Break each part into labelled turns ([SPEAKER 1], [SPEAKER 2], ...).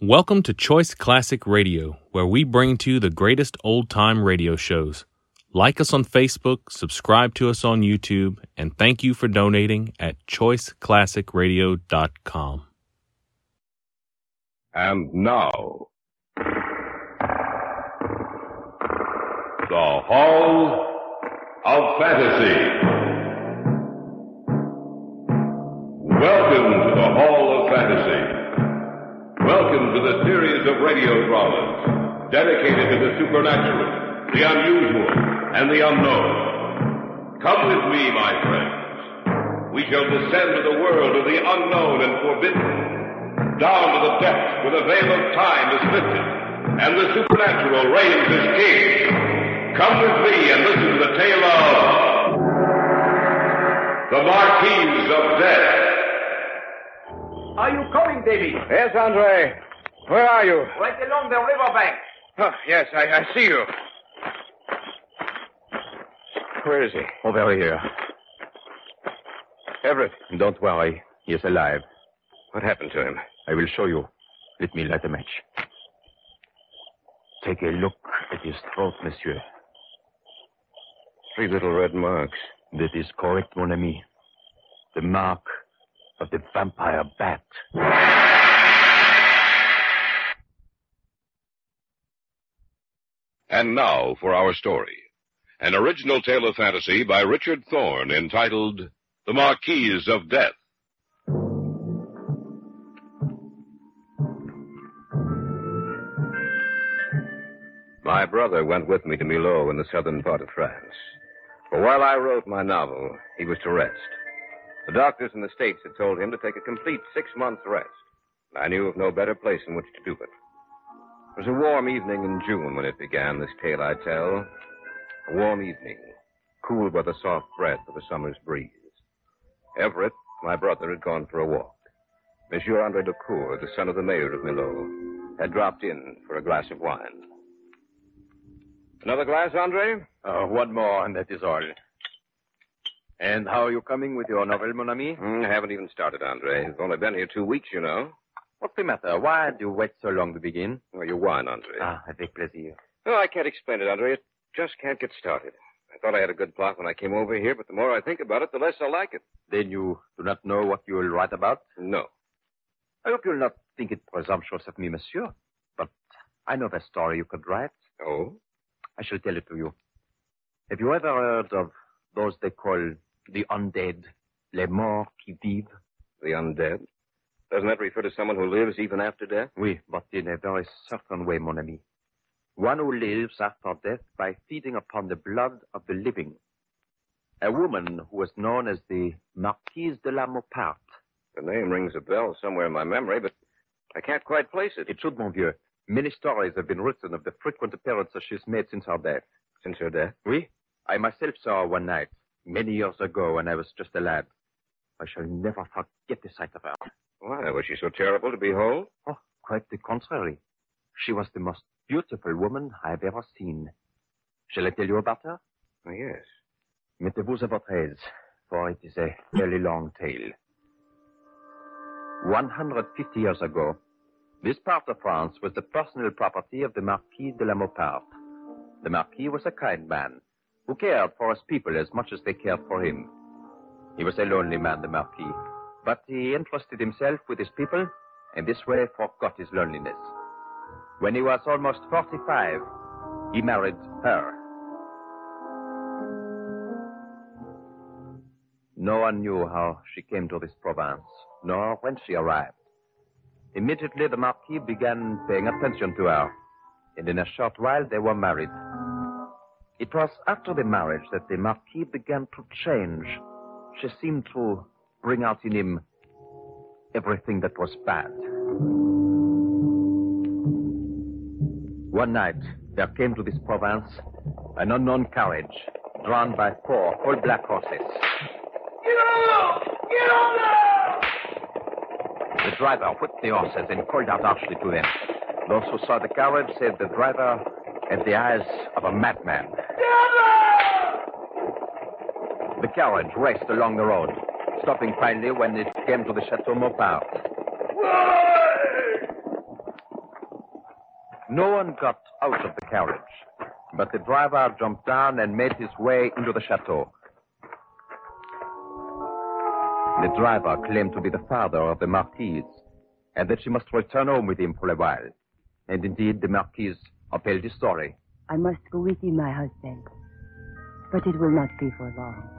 [SPEAKER 1] Welcome to Choice Classic Radio, where we bring to you the greatest old time radio shows. Like us on Facebook, subscribe to us on YouTube, and thank you for donating at choiceclassicradio.com.
[SPEAKER 2] And now, the Hall of Fantasy. Welcome to the Hall of Fantasy. Welcome to the series of radio dramas dedicated to the supernatural, the unusual, and the unknown. Come with me, my friends. We shall descend to the world of the unknown and forbidden, down to the depths where the veil of time is lifted, and the supernatural reigns as king. Come with me and listen to the tale of the Marquise of Death.
[SPEAKER 3] Are you coming, Davy?
[SPEAKER 4] Yes, Andre. Where are you?
[SPEAKER 3] Right along the riverbank.
[SPEAKER 4] Oh, yes, I, I see you. Where is he?
[SPEAKER 5] Over here.
[SPEAKER 4] Everett,
[SPEAKER 5] Don't worry. He is alive.
[SPEAKER 4] what happened to him?
[SPEAKER 5] I will show you. Let me light a match. Take a look at his throat, monsieur.
[SPEAKER 4] Three little red marks.
[SPEAKER 5] That is correct, mon ami. The mark of the vampire bat.
[SPEAKER 2] And now for our story. An original tale of fantasy by Richard Thorne entitled The Marquise of Death.
[SPEAKER 4] My brother went with me to Milo in the southern part of France. For while I wrote my novel, he was to rest. The doctors in the States had told him to take a complete six months rest. I knew of no better place in which to do it. It was a warm evening in June when it began, this tale I tell. A warm evening, cooled by the soft breath of a summer's breeze. Everett, my brother, had gone for a walk. Monsieur Andre Lecour, the son of the mayor of Milo, had dropped in for a glass of wine. Another glass, Andre?
[SPEAKER 5] Uh, one more, and that is all. And how are you coming with your novel, mon ami?
[SPEAKER 4] Mm, I haven't even started, Andre. I've only been here two weeks, you know.
[SPEAKER 5] What's the matter? Why do you wait so long to begin?
[SPEAKER 4] Well, your wine, Andre.
[SPEAKER 5] Ah, avec plaisir.
[SPEAKER 4] No, I can't explain it, Andre. It just can't get started. I thought I had a good plot when I came over here, but the more I think about it, the less I like it.
[SPEAKER 5] Then you do not know what you will write about?
[SPEAKER 4] No.
[SPEAKER 5] I hope you'll not think it presumptuous of me, monsieur. But I know the story you could write.
[SPEAKER 4] Oh?
[SPEAKER 5] I shall tell it to you. Have you ever heard of those they call the undead, les morts qui vivent?
[SPEAKER 4] The undead? Doesn't that refer to someone who lives even after death?
[SPEAKER 5] Oui, but in a very certain way, mon ami. One who lives after death by feeding upon the blood of the living. A woman who was known as the Marquise de la Maupart.
[SPEAKER 4] The name rings a bell somewhere in my memory, but I can't quite place it.
[SPEAKER 5] It should, mon vieux. Many stories have been written of the frequent appearances she's made since her death.
[SPEAKER 4] Since her death?
[SPEAKER 5] Oui, I myself saw her one night, many years ago when I was just a lad. I shall never forget the sight of her.
[SPEAKER 4] Why, was she so terrible to behold?
[SPEAKER 5] Oh, quite the contrary. She was the most beautiful woman I have ever seen. Shall I tell you about her?
[SPEAKER 4] Oh, yes.
[SPEAKER 5] Mettez-vous à votre aise, for it is a fairly long tale. 150 years ago, this part of France was the personal property of the Marquis de la Maupart. The Marquis was a kind man who cared for his people as much as they cared for him. He was a lonely man, the Marquis, but he entrusted himself with his people and this way forgot his loneliness. When he was almost 45, he married her. No one knew how she came to this province, nor when she arrived. Immediately, the Marquis began paying attention to her, and in a short while they were married. It was after the marriage that the Marquis began to change. She seemed to bring out in him everything that was bad. One night, there came to this province an unknown carriage drawn by four all black horses. The driver whipped the horses and called out harshly to them. Those who saw the carriage said the driver had the eyes of a madman. The carriage raced along the road, stopping finally when it came to the Chateau Maupart. No one got out of the carriage, but the driver jumped down and made his way into the chateau. The driver claimed to be the father of the Marquise, and that she must return home with him for a while. And indeed, the Marquise upheld his story.
[SPEAKER 6] I must go with you, my husband. But it will not be for long.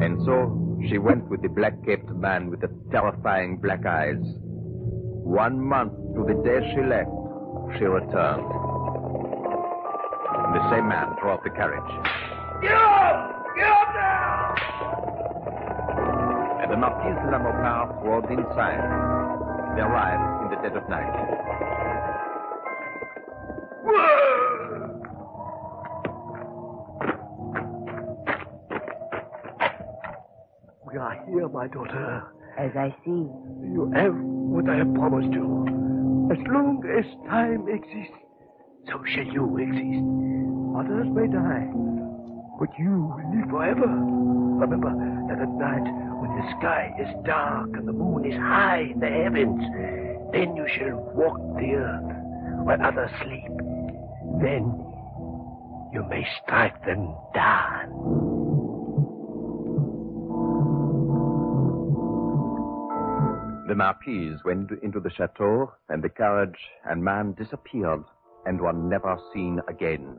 [SPEAKER 5] And so she went with the black capped man with the terrifying black eyes. One month to the day she left, she returned. The same man drove the carriage.
[SPEAKER 3] Get up! Get up now!
[SPEAKER 5] and the Marquise de la Maupas rode inside. They arrived in the dead of night.
[SPEAKER 7] We are here, my daughter.
[SPEAKER 6] As I see,
[SPEAKER 7] You have what I have promised you. As long as time exists, so shall you exist. Others may die, but you will live forever. Remember that at night, when the sky is dark and the moon is high in the heavens, then you shall walk the earth while others sleep. Then you may strike them down.
[SPEAKER 5] The Marquise went into the chateau, and the carriage and man disappeared and were never seen again.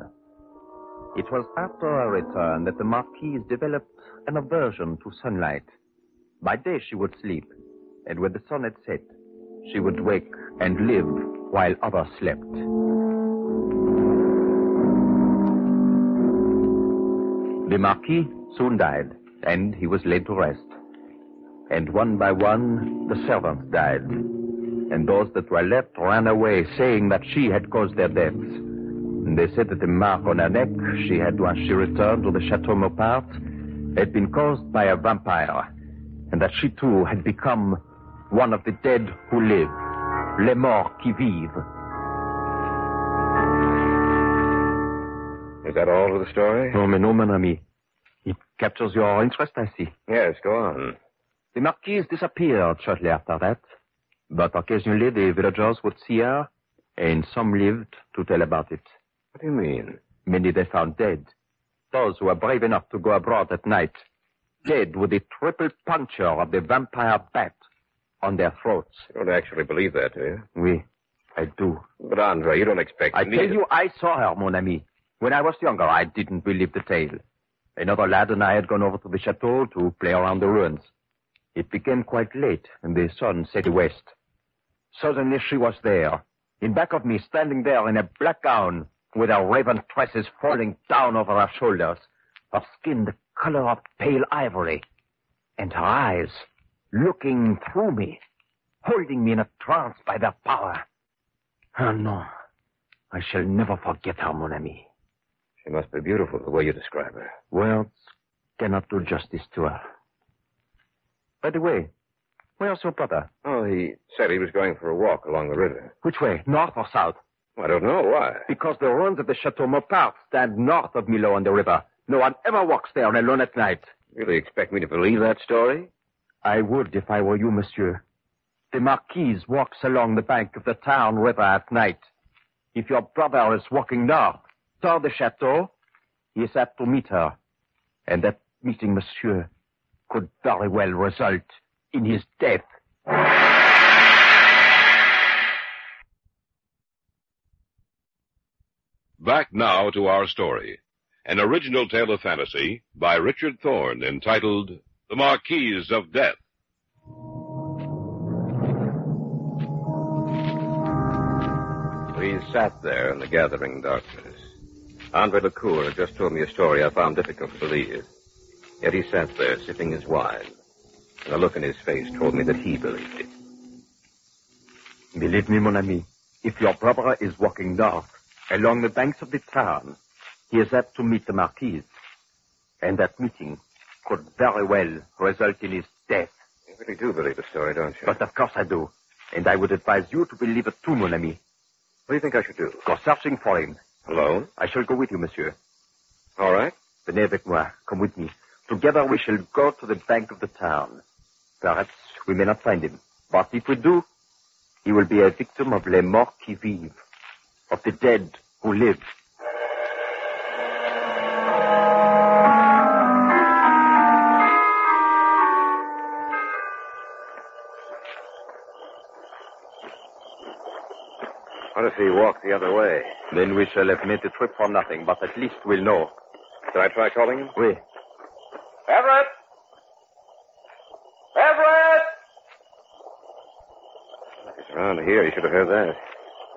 [SPEAKER 5] It was after her return that the Marquise developed an aversion to sunlight. By day she would sleep, and when the sun had set, she would wake and live while others slept. The Marquis soon died, and he was laid to rest. And one by one, the servants died. And those that were left ran away, saying that she had caused their deaths. And they said that the mark on her neck she had when she returned to the Chateau Maupart had been caused by a vampire, and that she too had become one of the dead who live, les morts qui vivent.
[SPEAKER 4] Is that all of the story?
[SPEAKER 5] Oh, mais non, mon ami. It captures your interest, I see.
[SPEAKER 4] Yes, go on.
[SPEAKER 5] The Marquise disappeared shortly after that, but occasionally the villagers would see her, and some lived to tell about it.
[SPEAKER 4] What do you mean?
[SPEAKER 5] Many they found dead. Those who were brave enough to go abroad at night, dead with the triple puncture of the vampire bat on their throats.
[SPEAKER 4] You don't actually believe that, do you?
[SPEAKER 5] We, I do.
[SPEAKER 4] But, Andre, you don't expect
[SPEAKER 5] I
[SPEAKER 4] me
[SPEAKER 5] tell
[SPEAKER 4] to-
[SPEAKER 5] you, I saw her, mon ami. When I was younger, I didn't believe the tale. Another lad and I had gone over to the chateau to play around the ruins. It became quite late, and the sun set west. Suddenly she was there, in back of me, standing there in a black gown, with her raven tresses falling down over her shoulders, her skin the color of pale ivory, and her eyes looking through me, holding me in a trance by their power. Ah, no. I shall never forget her, mon ami.
[SPEAKER 4] She must be beautiful, the way you describe her.
[SPEAKER 5] Words cannot do justice to her. By the way, where's your brother?
[SPEAKER 4] Oh, he said he was going for a walk along the river.
[SPEAKER 5] Which way, north or south?
[SPEAKER 4] I don't know why.
[SPEAKER 5] Because the ruins of the Chateau Maupart stand north of Milo on the river. No one ever walks there alone at night.
[SPEAKER 4] You really expect me to believe that story?
[SPEAKER 5] I would if I were you, monsieur. The Marquise walks along the bank of the town river at night. If your brother is walking north toward the chateau, he is apt to meet her. And that meeting, monsieur, could very well result in his death.
[SPEAKER 2] Back now to our story. An original tale of fantasy by Richard Thorne entitled The Marquise of Death.
[SPEAKER 4] We sat there in the gathering darkness. Andre Lecour had just told me a story I found difficult to believe. Yet he sat there sipping his wine, and the look in his face told me that he believed it.
[SPEAKER 5] Believe me, mon ami, if your brother is walking north along the banks of the town, he is apt to meet the Marquise. And that meeting could very well result in his death.
[SPEAKER 4] You really do believe the story, don't you?
[SPEAKER 5] But of course I do. And I would advise you to believe it too, mon ami.
[SPEAKER 4] what do you think I should do?
[SPEAKER 5] Go searching for him.
[SPEAKER 4] Alone?
[SPEAKER 5] I shall go with you, monsieur.
[SPEAKER 4] All right.
[SPEAKER 5] Venez avec moi. Come with me. Together we shall go to the bank of the town. Perhaps we may not find him, But if we do, he will be a victim of les morts qui vivent, of the dead who live.
[SPEAKER 4] What if he walked the other way?
[SPEAKER 5] Then we shall have made the trip for nothing, but at least we'll know.
[SPEAKER 4] Can I try calling him?
[SPEAKER 5] We.
[SPEAKER 3] Everett! Everett!
[SPEAKER 4] If He's around here. He should have heard that.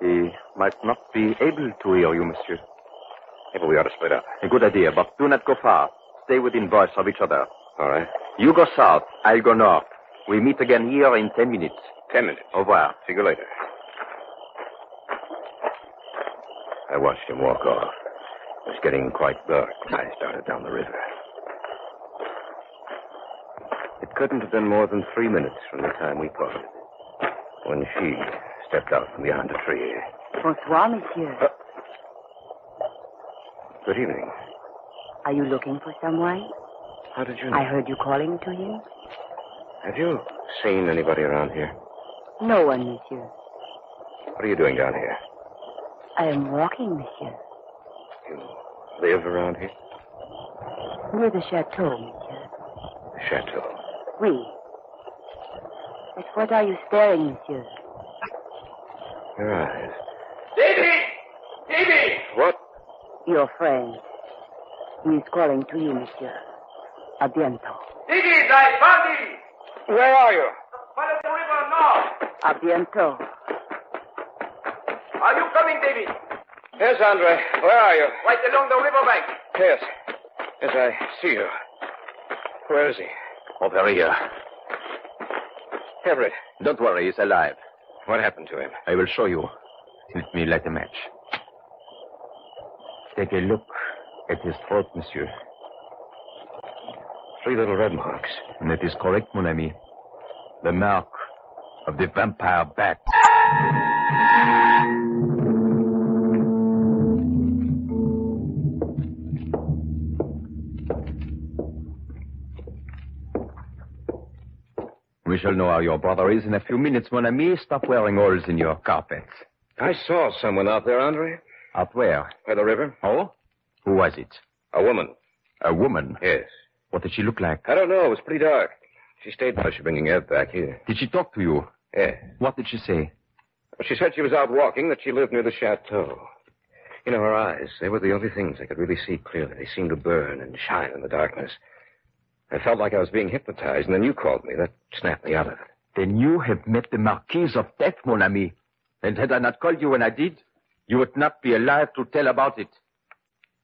[SPEAKER 5] He might not be able to hear you, monsieur.
[SPEAKER 4] Maybe we ought to split up.
[SPEAKER 5] A good idea, but do not go far. Stay within voice of each other.
[SPEAKER 4] All right.
[SPEAKER 5] You go south, I'll go north. We meet again here in ten minutes.
[SPEAKER 4] Ten minutes.
[SPEAKER 5] Au revoir.
[SPEAKER 4] See you later. I watched him walk off. It was getting quite dark when I started down the river. It couldn't have been more than three minutes from the time we parted when she stepped out from behind a tree.
[SPEAKER 6] Bonsoir, monsieur.
[SPEAKER 4] Good evening.
[SPEAKER 6] Are you looking for someone?
[SPEAKER 4] How did you know?
[SPEAKER 6] I heard you calling to him.
[SPEAKER 4] Have you seen anybody around here?
[SPEAKER 6] No one, monsieur.
[SPEAKER 4] What are you doing down here?
[SPEAKER 6] I am walking, monsieur.
[SPEAKER 4] You live around here?
[SPEAKER 6] Near the chateau, monsieur.
[SPEAKER 4] The chateau.
[SPEAKER 6] We. Oui. At what are you staring, monsieur?
[SPEAKER 4] Your eyes.
[SPEAKER 3] Davy! Davy!
[SPEAKER 4] What?
[SPEAKER 6] Your friend. He is calling to you, monsieur. A bientôt.
[SPEAKER 3] Davy, I found him!
[SPEAKER 4] Where are you?
[SPEAKER 3] Follow the river now!
[SPEAKER 6] A bientôt.
[SPEAKER 3] Are you coming, Davy?
[SPEAKER 4] Yes, Andre. Where are you?
[SPEAKER 3] Right along the riverbank.
[SPEAKER 4] Yes. Yes, I see you. Where is he?
[SPEAKER 5] Au revoir.
[SPEAKER 4] Everett.
[SPEAKER 5] Don't worry, he's alive.
[SPEAKER 4] What happened to him?
[SPEAKER 5] I will show you. Let me light a match. Take a look at his throat, monsieur.
[SPEAKER 4] Three little red marks.
[SPEAKER 5] And that is correct, mon ami. The mark of the vampire bat. We shall know how your brother is in a few minutes, mon ami. Stop wearing holes in your carpets.
[SPEAKER 4] I saw someone out there, Andre.
[SPEAKER 5] Out where?
[SPEAKER 4] By the river.
[SPEAKER 5] Oh? Who was it?
[SPEAKER 4] A woman.
[SPEAKER 5] A woman.
[SPEAKER 4] Yes.
[SPEAKER 5] What did she look like?
[SPEAKER 4] I don't know. It was pretty dark. She stayed by she bringing Ed back here.
[SPEAKER 5] Did she talk to you?
[SPEAKER 4] Yes.
[SPEAKER 5] What did she say?
[SPEAKER 4] She said she was out walking, that she lived near the chateau. You know, her eyes, they were the only things I could really see clearly. They seemed to burn and shine in the darkness. I felt like I was being hypnotized, and then you called me. That snapped me out of it.
[SPEAKER 5] Then you have met the Marquise of Death, mon ami. And had I not called you when I did, you would not be alive to tell about it.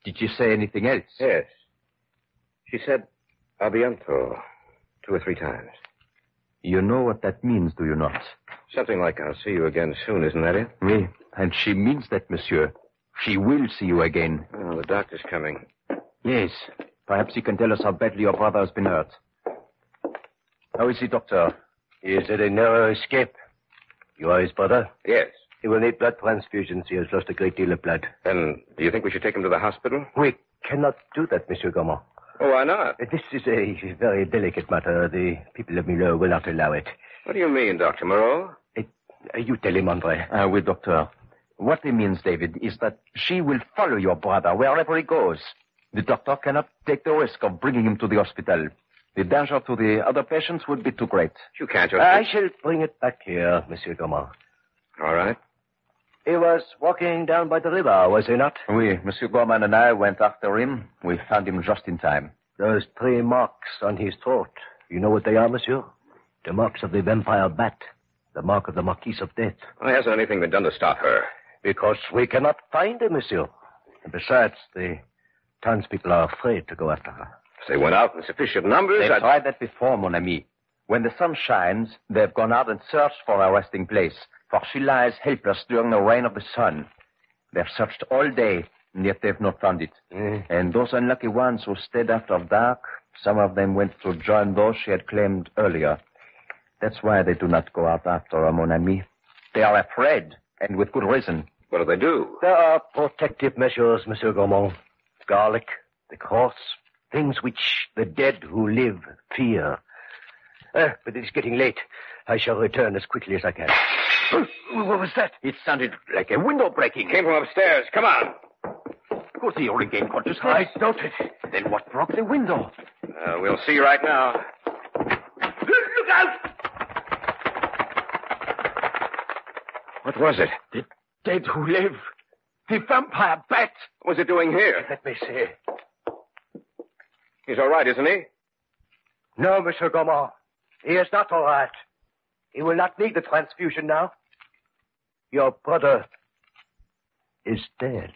[SPEAKER 5] Did she say anything else?
[SPEAKER 4] Yes. She said, abiento, two or three times.
[SPEAKER 5] You know what that means, do you not?
[SPEAKER 4] Something like, I'll see you again soon, isn't that it?
[SPEAKER 5] Oui. And she means that, monsieur. She will see you again.
[SPEAKER 4] Well, the doctor's coming.
[SPEAKER 5] Yes. Perhaps he can tell us how badly your brother has been hurt. How is he, doctor?
[SPEAKER 8] Is it a narrow escape? You are his brother?
[SPEAKER 4] Yes.
[SPEAKER 8] He will need blood transfusions. He has lost a great deal of blood.
[SPEAKER 4] Then, do you think we should take him to the hospital?
[SPEAKER 8] We cannot do that, Monsieur Gaumont.
[SPEAKER 4] Oh, why not?
[SPEAKER 8] This is a very delicate matter. The people of Millau will not allow it.
[SPEAKER 4] What do you mean, Dr. Moreau?
[SPEAKER 8] Uh, You tell him, Andre.
[SPEAKER 5] Ah, oui, doctor. What he means, David, is that she will follow your brother wherever he goes. The doctor cannot take the risk of bringing him to the hospital. The danger to the other patients would be too great.
[SPEAKER 4] You can't just...
[SPEAKER 8] I shall bring it back here, Monsieur Gaumont.
[SPEAKER 4] All right.
[SPEAKER 8] He was walking down by the river, was he not?
[SPEAKER 5] We, Monsieur Gorman and I went after him. We found him just in time.
[SPEAKER 8] Those three marks on his throat. You know what they are, Monsieur? The marks of the vampire bat. The mark of the Marquise of Death.
[SPEAKER 4] Well, hasn't anything been done to stop her?
[SPEAKER 8] Because we cannot find her, monsieur. And besides, the townspeople are afraid to go after her.
[SPEAKER 4] If they went out in sufficient numbers,
[SPEAKER 5] They've
[SPEAKER 4] I'd...
[SPEAKER 5] tried that before, mon ami. When the sun shines, they've gone out and searched for her resting place, for she lies helpless during the rain of the sun. They've searched all day, and yet they've not found it. And those unlucky ones who stayed after dark, some of them went to join those she had claimed earlier. That's why they do not go out after her, mon ami. They are afraid, and with good reason.
[SPEAKER 4] What do they do?
[SPEAKER 8] There are protective measures, Monsieur Gaumont. Garlic, the cross, things which the dead who live fear. Ah, but it is getting late. I shall return as quickly as I can.
[SPEAKER 5] What was that? It sounded like a window breaking.
[SPEAKER 4] Came from upstairs. Come on.
[SPEAKER 5] Could the old gain consciousness? I doubt it. Then what broke the window?
[SPEAKER 4] Uh, we'll see right now.
[SPEAKER 3] Look out!
[SPEAKER 4] What was it?
[SPEAKER 5] Dead who live. The vampire bat.
[SPEAKER 4] What was it doing here?
[SPEAKER 8] Let me see.
[SPEAKER 4] He's all right, isn't he?
[SPEAKER 8] No, Monsieur Gaumont. He is not all right. He will not need the transfusion now. Your brother is dead.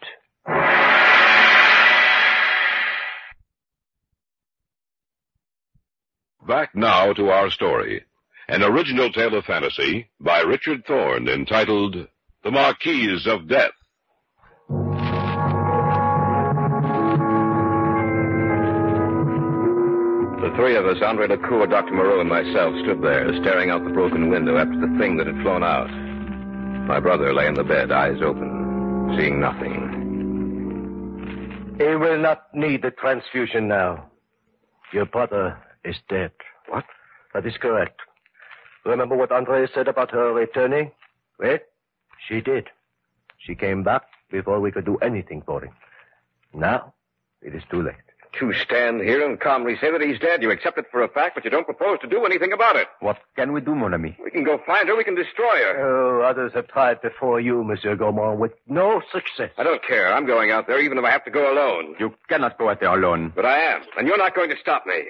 [SPEAKER 2] Back now to our story. An original tale of fantasy by Richard Thorne entitled The Marquise of Death.
[SPEAKER 4] The three of us, Andre Lecour, Dr. Moreau, and myself, stood there, staring out the broken window after the thing that had flown out. My brother lay in the bed, eyes open, seeing nothing.
[SPEAKER 8] He will not need the transfusion now. Your brother is dead. What? That is correct. Remember what Andre said about her returning? Well, she did. She came back before we could do anything for him. Now, it is too late.
[SPEAKER 4] To stand here and calmly say that he's dead, you accept it for a fact, but you don't propose to do anything about it.
[SPEAKER 5] What can we do, mon ami?
[SPEAKER 4] We can go find her, we can destroy her.
[SPEAKER 8] Oh, others have tried before you, Monsieur Gaumont, with no success.
[SPEAKER 4] I don't care. I'm going out there, even if I have to go alone.
[SPEAKER 5] You cannot go out there alone.
[SPEAKER 4] But I am, and you're not going to stop me.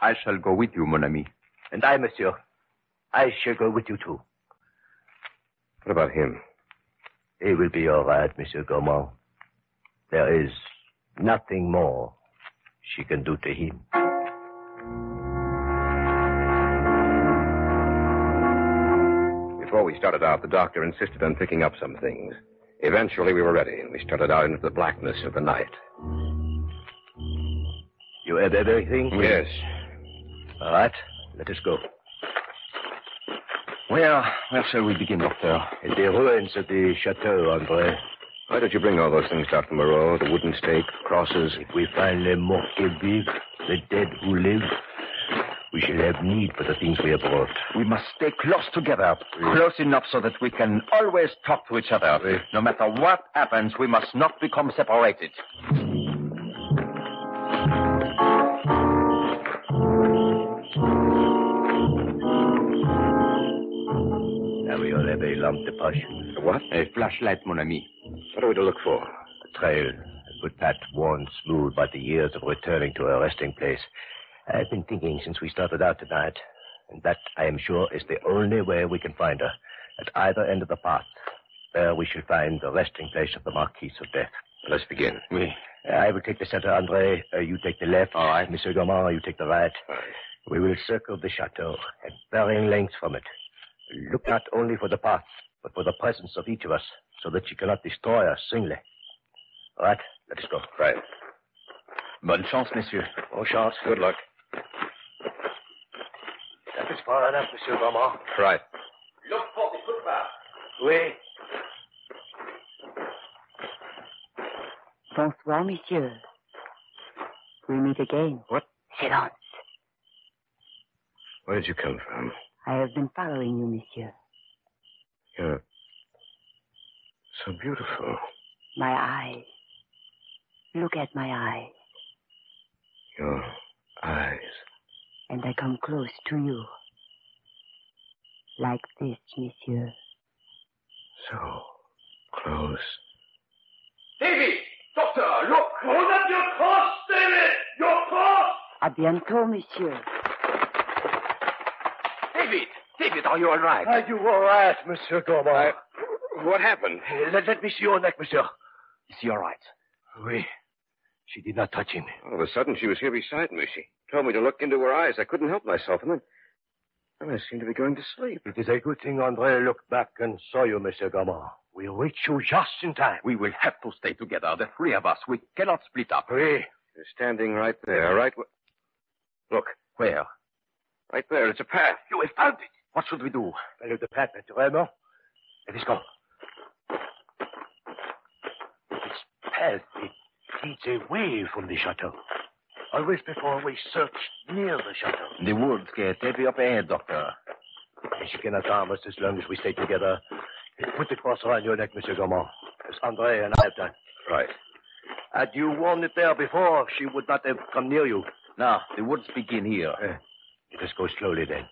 [SPEAKER 5] I shall go with you, mon ami.
[SPEAKER 8] And I, Monsieur, I shall go with you too.
[SPEAKER 4] What about him?
[SPEAKER 8] It will be all right, Monsieur Gaumont. There is nothing more she can do to him.
[SPEAKER 4] Before we started out, the doctor insisted on picking up some things. Eventually, we were ready, and we started out into the blackness of the night.
[SPEAKER 8] You have everything?
[SPEAKER 5] Hmm.
[SPEAKER 4] Yes.
[SPEAKER 8] All right, let us go.
[SPEAKER 5] Where, where shall we begin, doctor?
[SPEAKER 8] At the ruins of the chateau, Andre,
[SPEAKER 4] Why did you bring all those things, Dr. Moreau? The wooden stake, crosses.
[SPEAKER 8] if we find les morts qui vivent, the dead who live, we shall have need for the things we have brought.
[SPEAKER 5] We must stay close together. Close enough so that we can always talk to each other. No matter what happens, we must not become separated.
[SPEAKER 8] Now we all have a lamp de passion,
[SPEAKER 4] What?
[SPEAKER 5] A flashlight, mon ami.
[SPEAKER 4] What are we to look for?
[SPEAKER 8] a trail, a good path worn smooth by the years of returning to her resting place. I've been thinking since we started out tonight, and that, I am sure, is the only way we can find her, at either end of the path. There we shall find the resting place of the Marquise of Death.
[SPEAKER 4] Let's begin.
[SPEAKER 5] We.
[SPEAKER 8] I will take the center, Andre. Uh, you take the left. All right. Monsieur Gaumont, you take the right. We will circle the chateau at varying lengths from it. Look not only for the path, but for the presence of each of us, so that she cannot destroy us singly. All right, let us go.
[SPEAKER 4] Right.
[SPEAKER 5] Bonne chance, monsieur.
[SPEAKER 8] Oh, Charles.
[SPEAKER 4] Good luck.
[SPEAKER 8] That is far enough, Monsieur Gaumont.
[SPEAKER 4] Right.
[SPEAKER 3] Look for the footpath.
[SPEAKER 8] Oui.
[SPEAKER 6] Bonsoir, monsieur. We meet again.
[SPEAKER 4] What?
[SPEAKER 6] Silence.
[SPEAKER 4] Where did you come from?
[SPEAKER 6] I have been following you, monsieur.
[SPEAKER 4] You're so beautiful.
[SPEAKER 6] My eyes. Look at my eye,
[SPEAKER 4] Your eyes.
[SPEAKER 6] and I come close to you. Like this, monsieur.
[SPEAKER 4] So close.
[SPEAKER 3] Davy! Doctor, look! Hold up your cross, David! Your cross!
[SPEAKER 6] A bientôt, monsieur.
[SPEAKER 5] David! David, are you all right?
[SPEAKER 8] Are you all right, Monsieur Gaumont?
[SPEAKER 4] Uh, What happened?
[SPEAKER 8] Let, let me see your neck, Monsieur.
[SPEAKER 5] Is he all right?
[SPEAKER 8] Oui. She did not touch him.
[SPEAKER 4] All of a sudden, she was here beside me. She told me to look into her eyes. I couldn't help myself, and then. Well, I seemed to be going to sleep.
[SPEAKER 8] It is a good thing Andre looked back and saw you, Monsieur Gaumont. We reached you just in time.
[SPEAKER 5] We will have to stay together, the three of us. We cannot split up.
[SPEAKER 8] Oui.
[SPEAKER 4] You're standing right there, right? wh- Look,
[SPEAKER 5] Where?
[SPEAKER 4] right there. It's a path.
[SPEAKER 5] You have found it. What should we do?
[SPEAKER 8] Follow the path, naturellement. Let us go. This path, it leads away from the chateau. Always before we search near the chateau.
[SPEAKER 5] The woods get heavy up ahead, Doctor.
[SPEAKER 8] I
[SPEAKER 5] she cannot harm us as long as we stay together. Put the cross around your neck, Monsieur Gaumont, as Andre and I have done.
[SPEAKER 3] Right.
[SPEAKER 5] Had you worn it there before, she would not have come near you.
[SPEAKER 8] Now, the woods begin here.
[SPEAKER 5] Let us go slowly, then.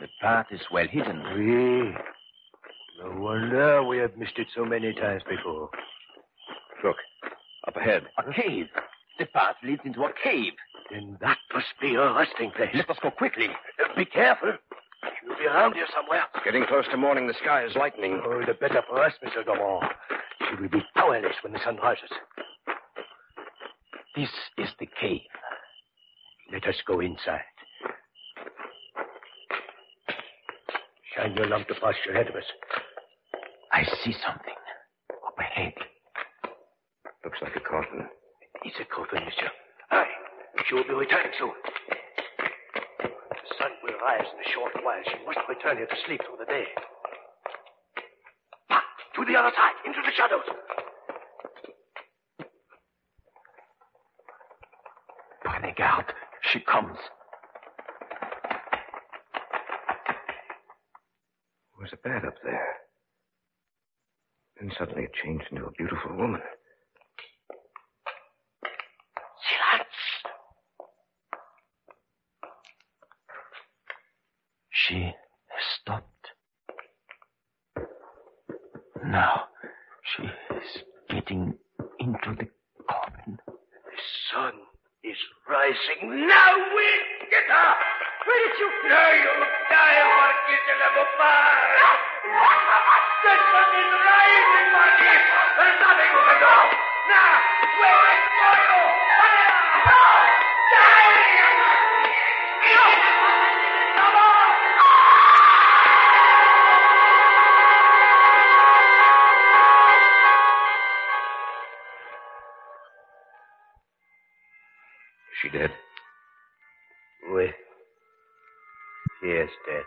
[SPEAKER 8] The path is well hidden.
[SPEAKER 5] Oui. No wonder we have missed it so many times before.
[SPEAKER 3] Look. Up ahead.
[SPEAKER 8] A cave. The path leads into a cave.
[SPEAKER 5] Then that must be her resting place.
[SPEAKER 8] Let us go quickly.
[SPEAKER 5] Be careful. She'll be around here somewhere.
[SPEAKER 3] Getting close to morning. The sky is lightening.
[SPEAKER 5] Oh, the better for us, Monsieur Gaumont. She will be powerless when the sun rises.
[SPEAKER 8] This is the cave.
[SPEAKER 5] Let us go inside. Shine your lamp to pass your head of us.
[SPEAKER 8] I see something up ahead.
[SPEAKER 3] Looks like a coffin.
[SPEAKER 5] It's a coffin, monsieur. Aye. She will be returning soon. The sun will rise in a short while. She must return here to sleep through the day. Ah, to the other side, into the shadows.
[SPEAKER 8] Prenez garde. She comes.
[SPEAKER 3] was a bed up there. Then suddenly it changed into a beautiful woman.
[SPEAKER 8] She has stopped. Now she is getting into the coffin.
[SPEAKER 5] The sun is rising. Now we get up! Where did you go? You die, Marquis de la Beaupare! The sun is rising, Marquis! There's nothing we can do! Now, we wait for you!
[SPEAKER 3] Is she dead?
[SPEAKER 5] Oui. Yes, dead.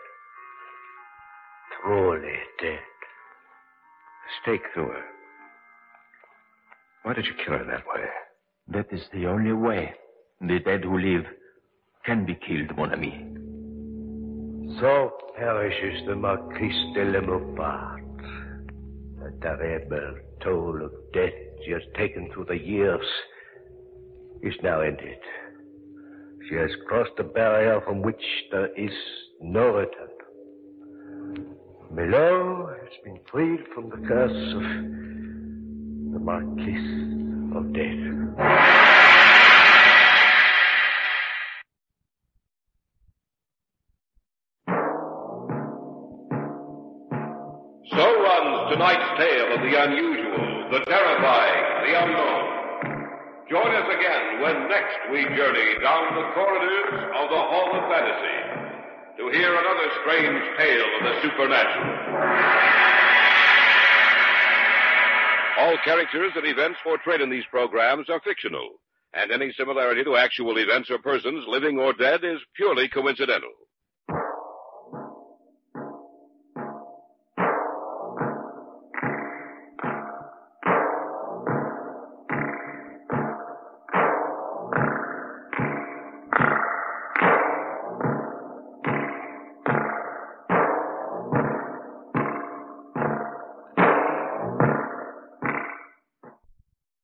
[SPEAKER 5] Truly dead.
[SPEAKER 3] A stake through her. Why did you kill her that way?
[SPEAKER 8] That is the only way. The dead who live can be killed, mon ami.
[SPEAKER 5] So perishes the Marquis de la Maupas. The terrible toll of death she has taken through the years is now ended. She has crossed a barrier from which there is no return. Milo has been freed from the curse of the Marquis of Death.
[SPEAKER 4] So runs tonight's tale of the unusual, the terrifying, the unknown. Join us again when next we journey down the corridors of the Hall of Fantasy to hear another strange tale of the supernatural. All characters and events portrayed in these programs are fictional, and any similarity to actual events or persons, living or dead, is purely coincidental.